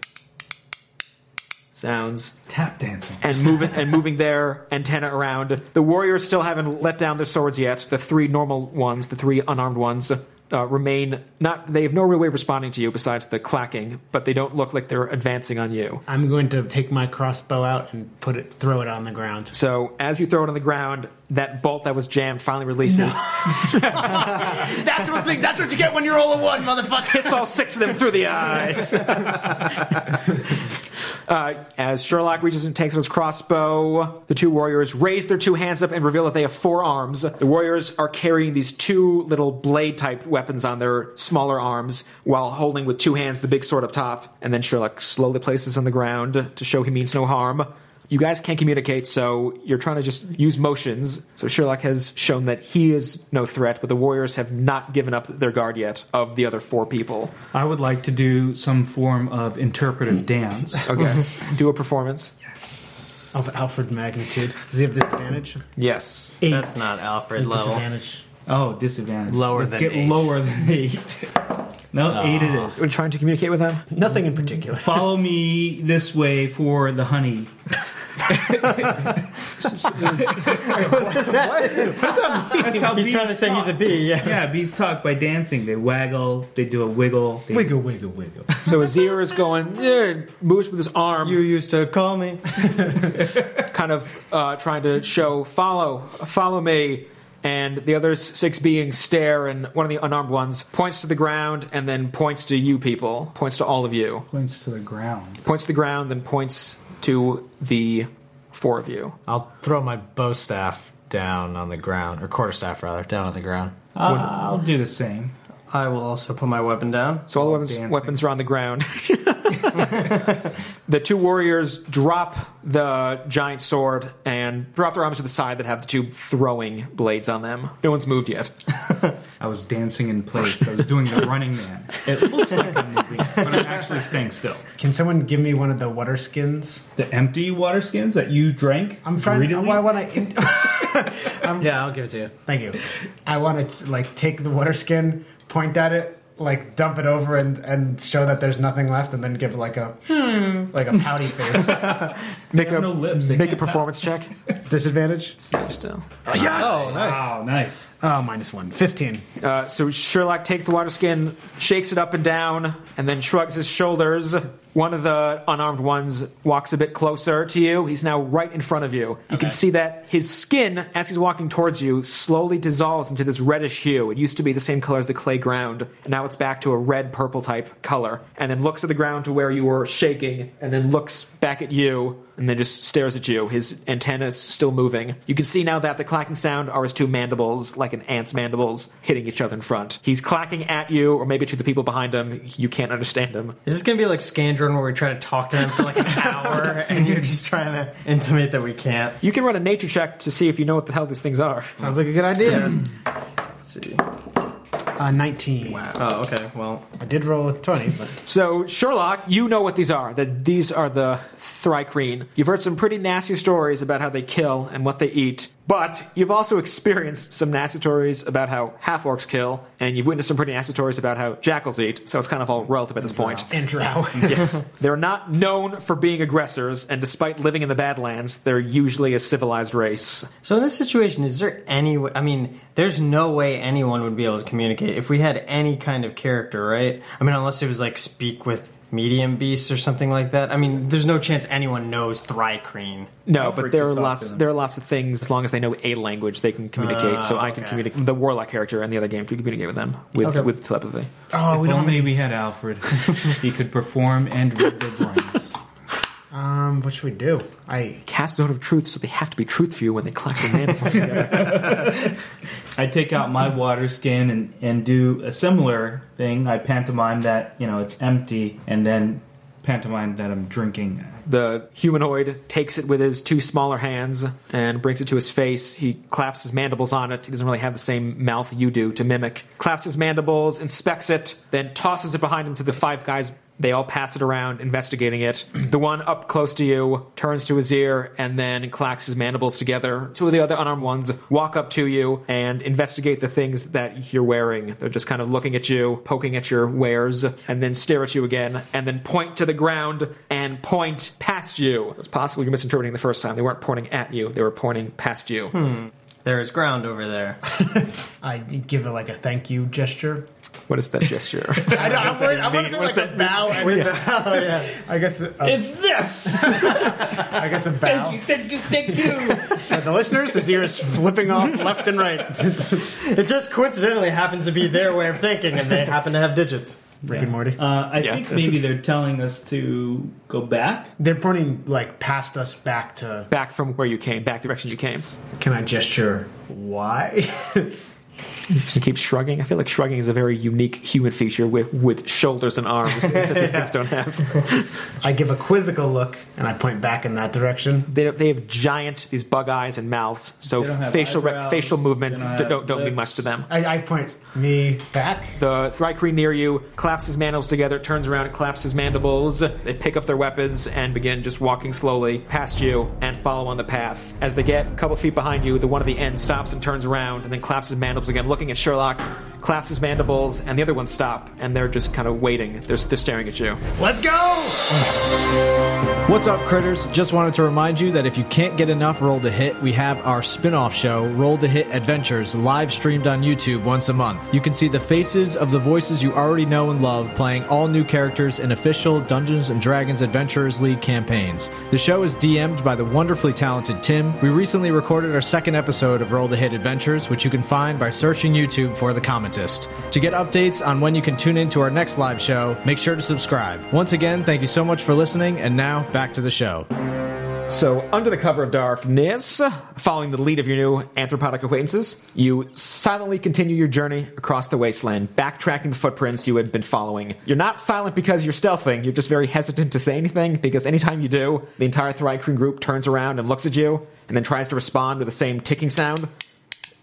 Speaker 1: sounds
Speaker 6: Tap dancing.
Speaker 1: and moving and moving their antenna around. The warriors still haven't let down their swords yet. The three normal ones, the three unarmed ones, uh, remain not. They have no real way of responding to you besides the clacking, but they don't look like they're advancing on you.
Speaker 3: I'm going to take my crossbow out and put it, throw it on the ground.
Speaker 1: So as you throw it on the ground, that bolt that was jammed finally releases.
Speaker 2: That's what thing. That's what you get when you roll a one, motherfucker.
Speaker 1: Hits all six of them through the eyes. Uh, as Sherlock reaches and takes his crossbow, the two warriors raise their two hands up and reveal that they have four arms. The warriors are carrying these two little blade type weapons on their smaller arms while holding with two hands the big sword up top. And then Sherlock slowly places on the ground to show he means no harm. You guys can't communicate, so you're trying to just use motions. So Sherlock has shown that he is no threat, but the warriors have not given up their guard yet of the other four people.
Speaker 6: I would like to do some form of interpretive dance.
Speaker 1: Okay. Do a performance.
Speaker 3: Of Alfred magnitude. Does he have disadvantage?
Speaker 1: Yes.
Speaker 6: Eight.
Speaker 5: That's not Alfred level.
Speaker 3: Disadvantage.
Speaker 6: Oh, disadvantage.
Speaker 4: Lower
Speaker 6: Let's
Speaker 4: than
Speaker 6: get
Speaker 4: eight.
Speaker 6: lower than eight. No, eight it is.
Speaker 1: We're trying to communicate with them.
Speaker 3: Nothing in particular.
Speaker 6: Follow me this way for the honey. That's how bees talk.
Speaker 5: bee. Yeah.
Speaker 6: Yeah, bees talk by dancing. They waggle. They do a wiggle. They
Speaker 3: Wiggle, wiggle, wiggle.
Speaker 1: eh, So Azir is going, "Yeah," moves with his arm.
Speaker 5: You used to call me.
Speaker 1: kind of uh, trying to show follow, follow me. And the other six beings stare, and one of the unarmed ones points to the ground and then points to you people, points to all of you,
Speaker 7: Points to the ground.
Speaker 1: points to the ground, then points to the four of you.
Speaker 4: I'll throw my bow staff down on the ground, or quarter staff rather, down on the ground.
Speaker 7: I'll do the same.
Speaker 5: I will also put my weapon down.
Speaker 1: So all the weapons,
Speaker 7: dancing.
Speaker 1: weapons are on the ground. the two warriors drop the giant sword and drop their arms to the side that have the two throwing blades on them. No one's moved yet.
Speaker 7: I was dancing in place. I was doing the running man. It looks like I'm moving, but I'm actually staying still.
Speaker 3: Can someone give me one of the water skins?
Speaker 7: The empty water skins that you drank.
Speaker 3: I'm trying. Oh,
Speaker 7: greedily?
Speaker 3: I want to.
Speaker 4: Yeah, I'll give it to you.
Speaker 3: Thank you. I want to like take the water skin, point at it, like dump it over, and and show that there's nothing left, and then give like a like a pouty face.
Speaker 1: Make a
Speaker 7: have no lips. They
Speaker 1: make a
Speaker 7: can't
Speaker 1: performance check.
Speaker 3: Disadvantage.
Speaker 1: Snap still.
Speaker 7: Oh, nice. Wow, nice.
Speaker 3: Oh, minus one. Fifteen.
Speaker 1: Uh, so Sherlock takes the water skin, shakes it up and down, and then shrugs his shoulders. One of the unarmed ones walks a bit closer to you. He's now right in front of you. You can see that his skin, as he's walking towards you, slowly dissolves into this reddish hue. It used to be the same color as the clay ground, and now it's back to a red purple type color. And then looks at the ground to where you were shaking, and then looks back at you, and then just stares at you. His antennas still moving. You can see now that the clacking sound are his two mandibles, like an ant's mandibles, hitting each other in front. He's clacking at you, or maybe to the people behind him. You can't understand him.
Speaker 5: Is this gonna be like Scandron where we try to talk to him for like an hour and you're just trying to intimate that we can't?
Speaker 1: You can run a nature check to see if you know what the hell these things are.
Speaker 3: Sounds like a good idea.
Speaker 5: Let's see.
Speaker 3: Uh, Nineteen. Wow.
Speaker 5: Oh, okay. Well,
Speaker 3: I did roll a twenty, but
Speaker 1: So, Sherlock, you know what these are. That these are the thrycreen. You've heard some pretty nasty stories about how they kill and what they eat, but you've also experienced some nasty stories about how half orcs kill, and you've witnessed some pretty nasty stories about how jackals eat. So it's kind of all relative at this point.
Speaker 3: and drow.
Speaker 1: yes, they're not known for being aggressors, and despite living in the Badlands, they're usually a civilized race.
Speaker 5: so in this situation, is there any? w- I mean, there's no way anyone would be able to communicate if we had any kind of character, right? I mean, unless it was like speak with medium beasts or something like that. I mean, there's no chance anyone knows Thrycreen.
Speaker 1: No, but there are lots. There are lots of things. As long as they know a language, they can communicate. so I can communicate. The warlock character and the other game can communicate with them with with telepathy.
Speaker 3: Oh,
Speaker 7: if
Speaker 3: we don't.
Speaker 7: only we had Alfred. he could perform and read their brains.
Speaker 3: Um, what should we do? I
Speaker 1: cast note of truth, so they have to be truthful when they clap their mandibles together.
Speaker 7: I take out my water skin and, and do a similar thing. I pantomime that, you know, it's empty and then pantomime that I'm drinking.
Speaker 1: The humanoid takes it with his two smaller hands and brings it to his face. He claps his mandibles on it. He doesn't really have the same mouth you do to mimic. Claps his mandibles, inspects it, then tosses it behind him to the five guys. They all pass it around, investigating it. The one up close to you turns to his ear and then clacks his mandibles together. Two of the other unarmed ones walk up to you and investigate the things that you're wearing. They're just kind of looking at you, poking at your wares, and then stare at you again, and then point to the ground and point past you. It's possible you're misinterpreting the first time. They weren't pointing at you, they were pointing past you.
Speaker 5: There is ground over there.
Speaker 3: I give it like a thank you gesture.
Speaker 1: What is that gesture?
Speaker 2: I know, I'm worried. I want to say like a bow. And
Speaker 3: oh, I guess a,
Speaker 7: It's this!
Speaker 3: I guess a bow.
Speaker 7: thank you, thank you!
Speaker 3: Uh, the listeners, his ear is flipping off left and right.
Speaker 5: It just coincidentally happens to be their way of thinking, and they happen to have digits.
Speaker 3: Rick and Morty.
Speaker 7: Uh, I
Speaker 1: Yeah,
Speaker 7: think
Speaker 1: that's-
Speaker 7: maybe they're telling us to go back.
Speaker 3: They're pointing like past us back to.
Speaker 1: back from where you came, back direction you came.
Speaker 3: Can I gesture? Why?
Speaker 1: She keeps shrugging. I feel like shrugging is a very unique human feature with, with shoulders and arms that these things don't have.
Speaker 3: I give a quizzical look and I point back in that direction.
Speaker 1: They, they have giant these bug eyes and mouths, so
Speaker 7: They don't have
Speaker 1: facial rec-
Speaker 7: eyebrows,
Speaker 1: facial movements
Speaker 7: they don't
Speaker 1: don't
Speaker 7: have
Speaker 1: don't, mean
Speaker 7: lips.
Speaker 1: much to them.
Speaker 3: I, I point me back.
Speaker 1: The Thrycree near you claps his mandibles together, turns around and claps his mandibles. They pick up their weapons and begin just walking slowly past you and follow on the path. As they get a couple feet behind you, the one at the end stops and turns around and then claps his mandibles again, looking at Sherlock claps his mandibles, and the other ones stop, and they're just kind of waiting. They're, they're staring at you.
Speaker 2: Let's go!
Speaker 4: What's up, critters? Just wanted to remind you that if you can't get enough Roll to Hit, we have our spin off show, Roll to Hit Adventures, live streamed on YouTube once a month. You can see the faces of the voices you already know and love playing all new characters in official Dungeons and Dragons Adventurers League campaigns. The show is DM'd by the wonderfully talented Tim. We recently recorded our second episode of Roll to Hit Adventures, which you can find by searching YouTube for The Commentist. To get updates on when you can tune in to our next live show, make sure to subscribe. Once again, thank you so much for listening, and now back to the show.
Speaker 1: So, under the cover of darkness, following the lead of your new anthropodic acquaintances, you silently continue your journey across the wasteland, backtracking the footprints you had been following. You're not silent because you're stealthing, you're just very hesitant to say anything because anytime you do, the entire Thrycreen group turns around and looks at you and then tries to respond with the same ticking sound.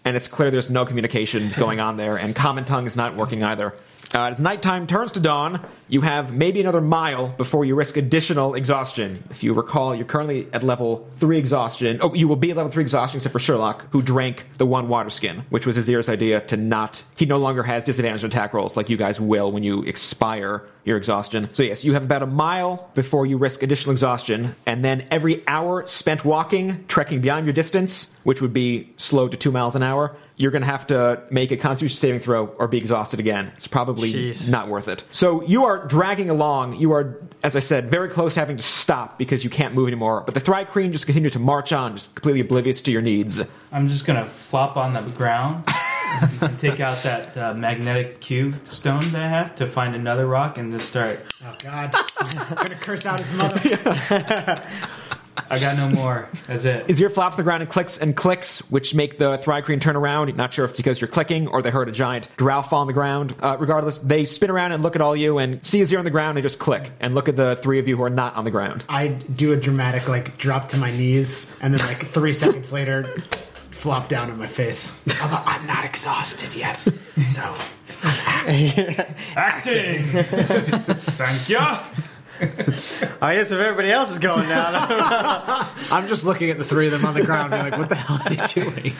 Speaker 1: And it's clear there's no communication going on there, and common tongue is not working either. Uh, as nighttime turns to dawn, you have maybe another mile before you risk additional exhaustion. If you recall, you're currently at level 3 exhaustion. Oh, you will be at level 3 exhaustion except for Sherlock, who drank the one water skin, which was Azir's idea to not. He no longer has disadvantage on attack rolls like you guys will when you expire your exhaustion. So, yes, you have about a mile before you risk additional exhaustion, and then every hour spent walking, trekking beyond your distance, which would be slowed to two miles an hour, you're going to have to make a constitution saving throw or be exhausted again. It's probably
Speaker 5: Jeez.
Speaker 1: not worth it. So you are dragging along. You are, as I said, very close to having to stop because you can't move anymore. But the Thrycreen just continue to march on, just completely oblivious to your needs.
Speaker 7: I'm just gonna flop on the ground and take out that uh, magnetic cube stone that I have to find another rock and just start.
Speaker 3: Oh God! I'm gonna curse out his mother.
Speaker 7: I got no more. That's it.
Speaker 1: Is your flaps on the ground and clicks and clicks, which make the Thrycreen turn around. Not sure if it's because you're clicking or they heard a giant drow fall on the ground. Uh, regardless, they spin around and look at all you and see Azir on the ground and just click and look at the three of you who are not on the ground.
Speaker 3: I do a dramatic like drop to my knees, and then like three seconds later, flop down on my face. I'm, I'm not exhausted yet, so
Speaker 7: Acting. Thank you.
Speaker 5: I guess if everybody else is going down,
Speaker 4: I'm just looking at the three of them on the ground, being like, what the hell are they doing?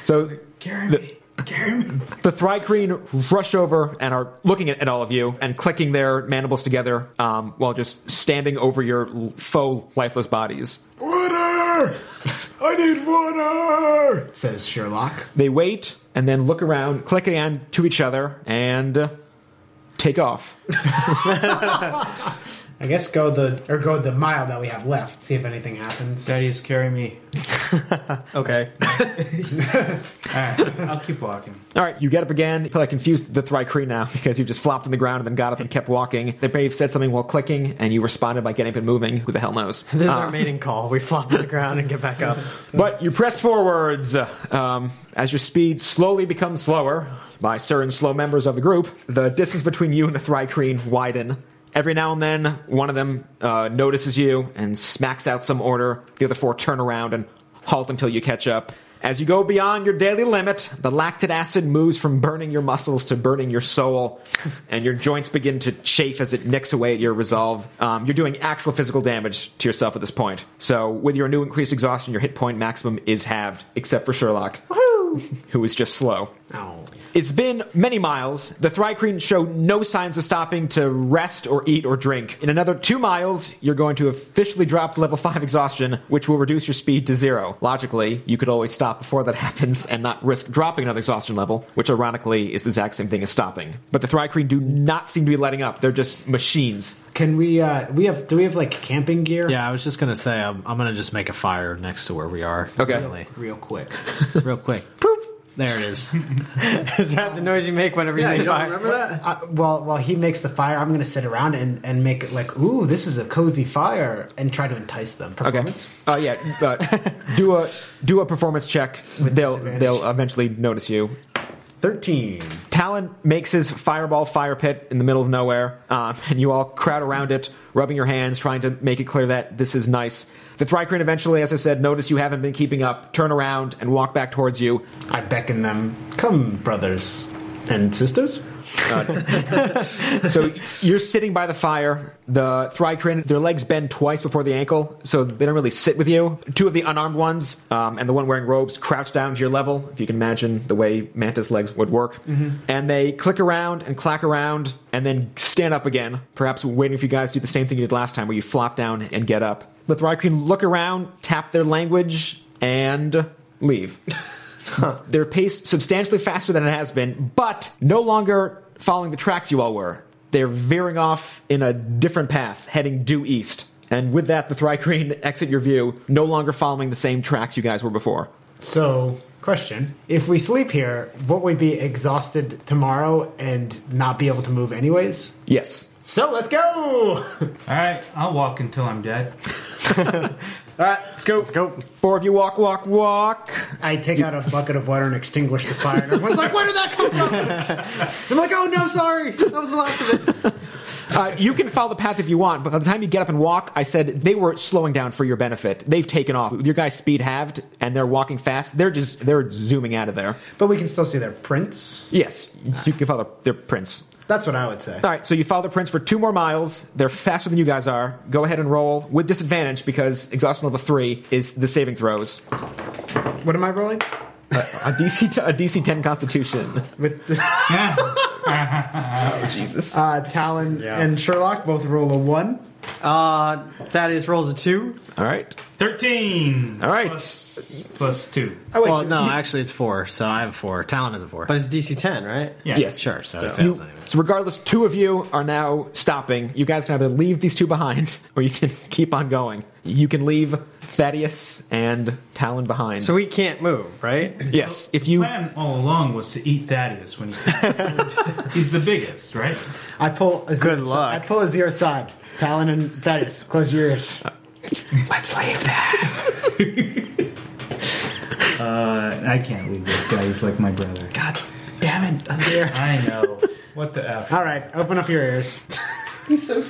Speaker 1: So
Speaker 7: Carry
Speaker 1: The-
Speaker 7: me. Carry me.
Speaker 1: The Thrycreen rush over and are looking at, at all of you and clicking their mandibles together um, while just standing over your l- faux lifeless bodies.
Speaker 3: water. I need water," says Sherlock.
Speaker 1: They wait and then look around, click again to each other, and uh, take off.
Speaker 3: I guess go the or go the mile that we have left. See if anything happens.
Speaker 7: Thaddeus, carry me.
Speaker 5: okay.
Speaker 7: All right, I'll keep walking.
Speaker 1: All right, you get up again. You probably confused the Thrycreen now because you just flopped on the ground and then got up and kept walking. They may have said something while clicking, and you responded by getting up and moving. Who the hell knows?
Speaker 5: This is
Speaker 4: Ah.
Speaker 5: our mating call. We flop on the ground and get back up.
Speaker 1: But you press forwards um, as your speed slowly becomes slower by certain slow members of the group. The distance between you and the Thrycreen widen. Every now and then, one of them uh, notices you and smacks out some order. The other four turn around and halt until you catch up. As you go beyond your daily limit, the lactic acid moves from burning your muscles to burning your soul, and your joints begin to chafe as it nicks away at your resolve. Um, you're doing actual physical damage to yourself at this point. So, with your new increased exhaustion, your hit point maximum is halved, except for Sherlock, who is just slow.
Speaker 3: Oh.
Speaker 1: It's been many miles. The Thrycreen show no signs of stopping to rest or eat or drink. In another two miles, you're going to officially drop to level 5 exhaustion, which will reduce your speed to zero. Logically, you could always stop before that happens and not risk dropping another exhaustion level, which ironically is the exact same thing as stopping. But the Thrycreen do not seem to be letting up. They're just machines.
Speaker 3: Can we? uh We have? Do we have like camping gear?
Speaker 4: Yeah, I was just gonna say I'm, I'm gonna just make a fire next to where we are.
Speaker 1: Okay.
Speaker 4: really,
Speaker 3: Real quick.
Speaker 4: real quick. Poof! There it is.
Speaker 5: Is that the noise you make whenever you make fire?
Speaker 3: that? Uh, while while he makes the fire, I'm gonna sit around and and make it like, ooh, this is a cozy fire, and try to entice them.
Speaker 1: Okay.
Speaker 3: Performance.
Speaker 1: Uh, yeah. Uh, do a do a performance check. They'll
Speaker 3: disadvantage.
Speaker 1: they'll eventually notice you.
Speaker 3: Thirteen.
Speaker 1: Talon makes his fireball fire pit in the middle of nowhere, um, and you all crowd around it, rubbing your hands, trying to make it clear that this is nice. The Thrycreen eventually, as I said, notice you haven't been keeping up, turn around, and walk back towards you.
Speaker 3: I beckon them. Come, brothers. And sisters?
Speaker 1: So you're sitting by the fire. The Thrycrin, their legs bend twice before the ankle, so they don't really sit with you. Two of the unarmed ones um, and the one wearing robes crouch down to your level, if you can imagine the way Mantis legs would work. And they click around and clack around and then stand up again, perhaps waiting for you guys to do the same thing you did last time, where you flop down and get up. The Thrycrin look around, tap their language, and leave. Their pace substantially faster than it has been, but no longer following the tracks you all were. They're veering off in a different path, heading due east. And with that, the Thrycreen exit your view, no longer following the same tracks you guys were before.
Speaker 3: So, question. If we sleep here, won't we be exhausted tomorrow and not be able to move anyways?
Speaker 1: Yes.
Speaker 3: So, let's go!
Speaker 7: All right, I'll walk until I'm dead.
Speaker 3: All right, let's go. Let's go.
Speaker 1: Four of you walk, walk, walk.
Speaker 3: I take out a bucket of water and extinguish the fire. And everyone's like, where did that come from? I'm like, oh no, sorry. That was the last of it.
Speaker 1: Uh, you can follow the path if you want, but by the time you get up and walk, I said they were slowing down for your benefit. They've taken off. Your guys' speed halved, and they're walking fast. They're just they're zooming out of there.
Speaker 3: But we can still see their prints.
Speaker 1: Yes, you can follow their prints.
Speaker 3: That's what I would say.
Speaker 1: All right, so you follow the prince for two more miles. They're faster than you guys are. Go ahead and roll with disadvantage because exhaustion level three is the saving throws.
Speaker 3: What am I rolling?
Speaker 1: A DC, t- a DC 10 Constitution.
Speaker 3: With the,
Speaker 1: Jesus.
Speaker 3: uh, Talon
Speaker 4: Yeah.
Speaker 3: and Sherlock both roll a one.
Speaker 5: Uh, that is rolls a two.
Speaker 1: All right.
Speaker 7: Thirteen.
Speaker 1: All right.
Speaker 7: Plus, plus two.
Speaker 3: Oh wait,
Speaker 4: Well, no, actually, it's four. So I have a four. Talon is a four.
Speaker 5: But it's DC 10, right?
Speaker 7: Yeah.
Speaker 1: Yes.
Speaker 4: sure, so, it
Speaker 1: You-
Speaker 4: fails anyway.
Speaker 1: so regardless, two of you are now stopping. You guys can either leave these two behind, or you can keep on going. You can leave Thaddeus and Talon behind.
Speaker 5: So we can't move, right?
Speaker 1: yes, if you
Speaker 7: Plan all along was to eat Thaddeus when he he's the biggest, right?
Speaker 3: I pull a zero
Speaker 5: Good
Speaker 3: si-
Speaker 5: luck.
Speaker 3: I pull a zero side. Talon and Thaddeus, close your ears.
Speaker 1: let's leave that.
Speaker 7: Uh, I can't leave this guy. He's like my brother.
Speaker 3: God damn it, Azir.
Speaker 7: I know. What the f?
Speaker 3: All right, open up your ears.
Speaker 1: All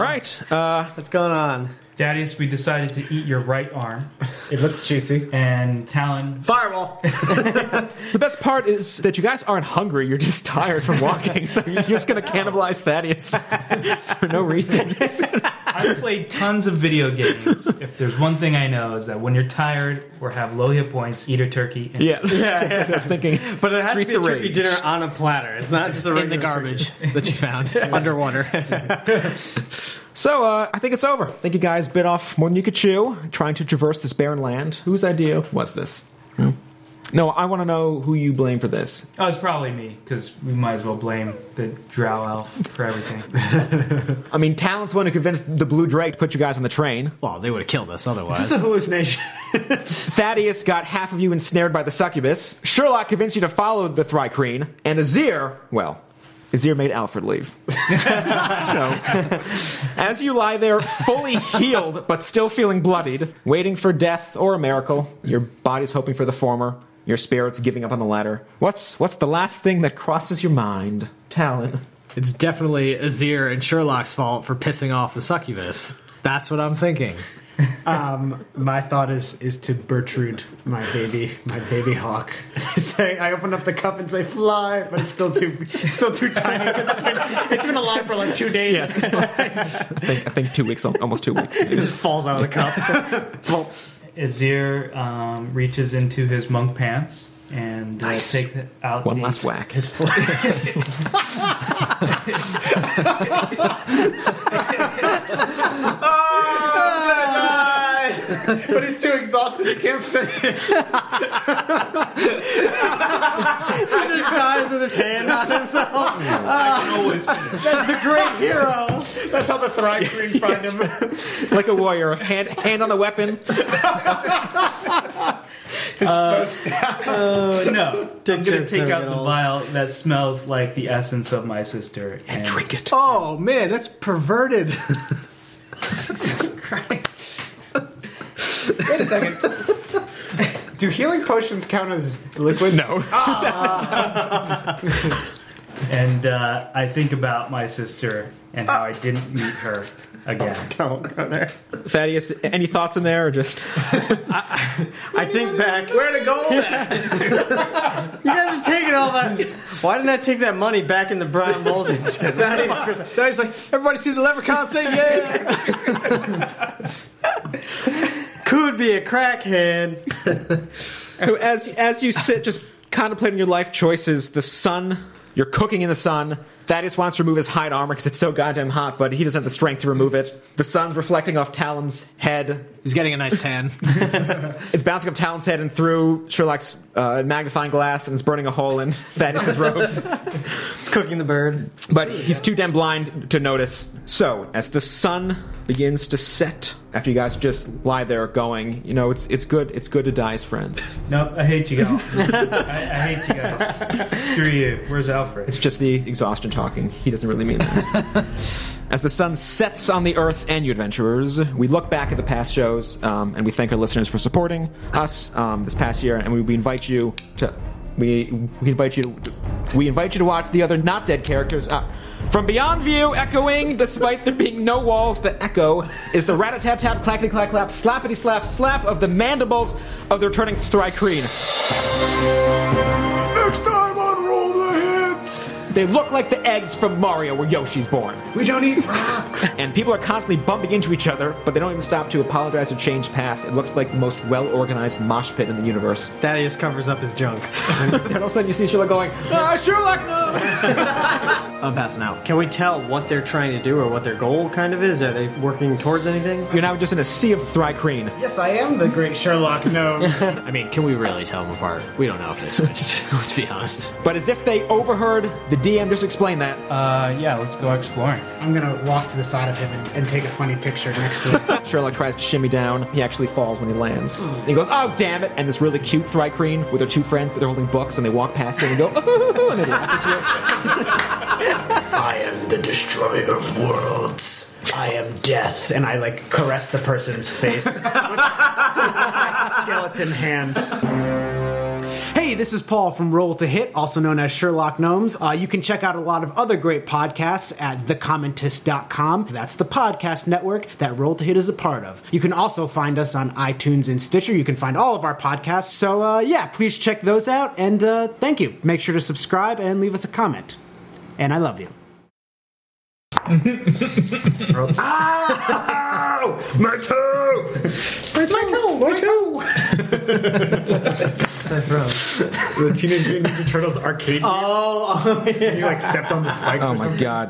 Speaker 1: right. Uh,
Speaker 5: What's going on?
Speaker 7: Thaddeus, we decided to eat your right arm,
Speaker 3: It looks juicy.
Speaker 7: and Talon.
Speaker 3: Firewall.
Speaker 1: the best part is that you guys aren't hungry. You're just tired from walking, so you're just going to cannibalize Thaddeus for no reason.
Speaker 7: I've played tons of video games. If there's one thing I know is that when you're tired or have low hit points, eat a turkey. And
Speaker 1: Yeah. I was thinking.
Speaker 5: But it has
Speaker 1: Streets
Speaker 5: to
Speaker 1: of
Speaker 5: be a turkey
Speaker 1: Rage.
Speaker 5: dinner on a platter. It's not just a
Speaker 4: in the
Speaker 5: regular
Speaker 4: garbage that you found underwater.
Speaker 1: So uh, I think it's over. I think you guys bit off more than you could chew trying to traverse this barren land. Whose idea was this? Hmm? No, I want to know who you blame for this.
Speaker 7: Oh, it's probably me because we might as well blame the Drow Elf for everything.
Speaker 1: I mean, Talon's the one who convinced the Blue Drake to put you guys on the train.
Speaker 4: well, they would have killed us
Speaker 3: This
Speaker 4: otherwise.
Speaker 3: is a hallucination.
Speaker 1: Thaddeus got half of you ensnared by the succubus. Sherlock convinced you to follow the Thrycreen. And Azir, well, Azir made Alfred leave. so, as you lie there, fully healed but still feeling bloodied, waiting for death or a miracle, your body's hoping for the former, your spirit's giving up on the latter. What's, what's the last thing that crosses your mind? Talon.
Speaker 4: It's definitely Azir and Sherlock's fault for pissing off the succubus. That's what I'm thinking.
Speaker 3: Um, my thought is is to Bertrude, my baby, my baby hawk. say, I open up the cup and say fly, but it's still too it's still too tiny because it's been it's been alive for like two days.
Speaker 1: I think, I think two weeks, al- almost two weeks.
Speaker 3: It just falls out of the cup.
Speaker 7: Azir um, reaches into his monk pants and uh, takes out
Speaker 1: One
Speaker 7: the-
Speaker 1: last whack.
Speaker 3: but he's too exhausted; he can't finish. he just dies with his hand on himself. That's the great hero. That's how the Thrive Green find him.
Speaker 1: like a warrior, hand, hand on the weapon.
Speaker 7: Oh, No, I'm gonna
Speaker 5: jokes
Speaker 7: take
Speaker 5: never
Speaker 7: out
Speaker 5: get
Speaker 7: the
Speaker 5: old.
Speaker 7: vial that smes like the essence of my sister and,
Speaker 1: Drink it.
Speaker 4: Oh man, that's perverted.
Speaker 3: Wait a second. Do healing potions count as liquid? No.
Speaker 7: and uh, I think about my sister and how I didn't meet her again.
Speaker 1: Thaddeus, any thoughts in there or just
Speaker 5: I think back.
Speaker 4: Where to go?
Speaker 5: You guys are taking all that. Why didn't I take that money back in the Brian Bolden?
Speaker 4: that is, that is like everybody see the leprechaun say yeah.
Speaker 5: Could be a crackhead.
Speaker 1: So Oh, as as you sit just contemplating your life choices, the sun, you're cooking in the sun. Thaddeus wants to remove his hide armor because it's so goddamn hot, but he doesn't have the strength to remove it. The sun's reflecting off Talon's head.
Speaker 4: He's getting a nice tan.
Speaker 1: It's bouncing off Talon's head and through Sherlock's uh, magnifying glass, and it's burning a hole in Thaddeus' robes.
Speaker 5: It's cooking the bird.
Speaker 1: But he's too damn blind to notice. So, as the sun begins to set, after you guys just lie there going, you know, it's it's good it's good to die as friends.
Speaker 7: Nope, I hate you guys. I, I hate you guys. Screw you. Where's Alfred?
Speaker 1: It's just the exhaustion talking. He doesn't really mean that. As the sun sets on the earth and you adventurers, we look back at the past shows um, and we thank our listeners for supporting us um, this past year, and we, we invite you to we, we invite you to we invite you to watch the other not dead characters. Uh, from beyond view, echoing despite there being no walls to echo, is the rat a tat tat, clackety clack clap, slappity slap, slap of the mandibles of the returning Thrycreen.
Speaker 4: Next time on Roll the Hits.
Speaker 1: They look like the eggs from Mario where Yoshi's born.
Speaker 4: We don't eat rocks.
Speaker 1: and people are constantly bumping into each other, but they don't even stop to apologize or change path. It looks like the most well organized mosh pit in the universe.
Speaker 5: Thaddeus covers up his junk.
Speaker 1: and all of a sudden, you see Sherlock going, ah, Sherlock, no!
Speaker 4: I'm passing out.
Speaker 5: Can we tell what they're trying to do or what their goal kind of is? Are they working towards anything?
Speaker 1: You're now just in a sea of Thrycreen.
Speaker 3: Yes, I am the great Sherlock Gnomes.
Speaker 4: I mean, can we really tell them apart? We don't know if they switched. Let's be honest.
Speaker 1: But as if they overheard the DM just explain that,
Speaker 7: Uh, yeah, let's go exploring.
Speaker 3: I'm gonna walk to the side of him and, and take a funny picture next to him.
Speaker 1: Sherlock tries to shimmy down. He actually falls when he lands. And he goes, "Oh damn it!" And this really cute Thrycreen with her two friends, but they're holding books, and they walk past him and go, "Ooh!" and they laugh at you.
Speaker 2: I am the destroyer of worlds.
Speaker 3: I am death, and I like caress the person's face with my skeleton hand. Hey, this is Paul from Roll to Hit, also known as Sherlock Gnomes. Uh, you can check out a lot of other great podcasts at thecommentist.com. That's the podcast network that Roll to Hit is a part of. You can also find us on iTunes and Stitcher. You can find all of our podcasts. So, uh, yeah, please check those out, and uh, thank you. Make sure to subscribe and leave us a comment. And I love you.
Speaker 2: My toe!
Speaker 3: The Teenage Mutant Ninja Turtles arcade. Oh, you like stepped on the spikes
Speaker 1: Oh my god!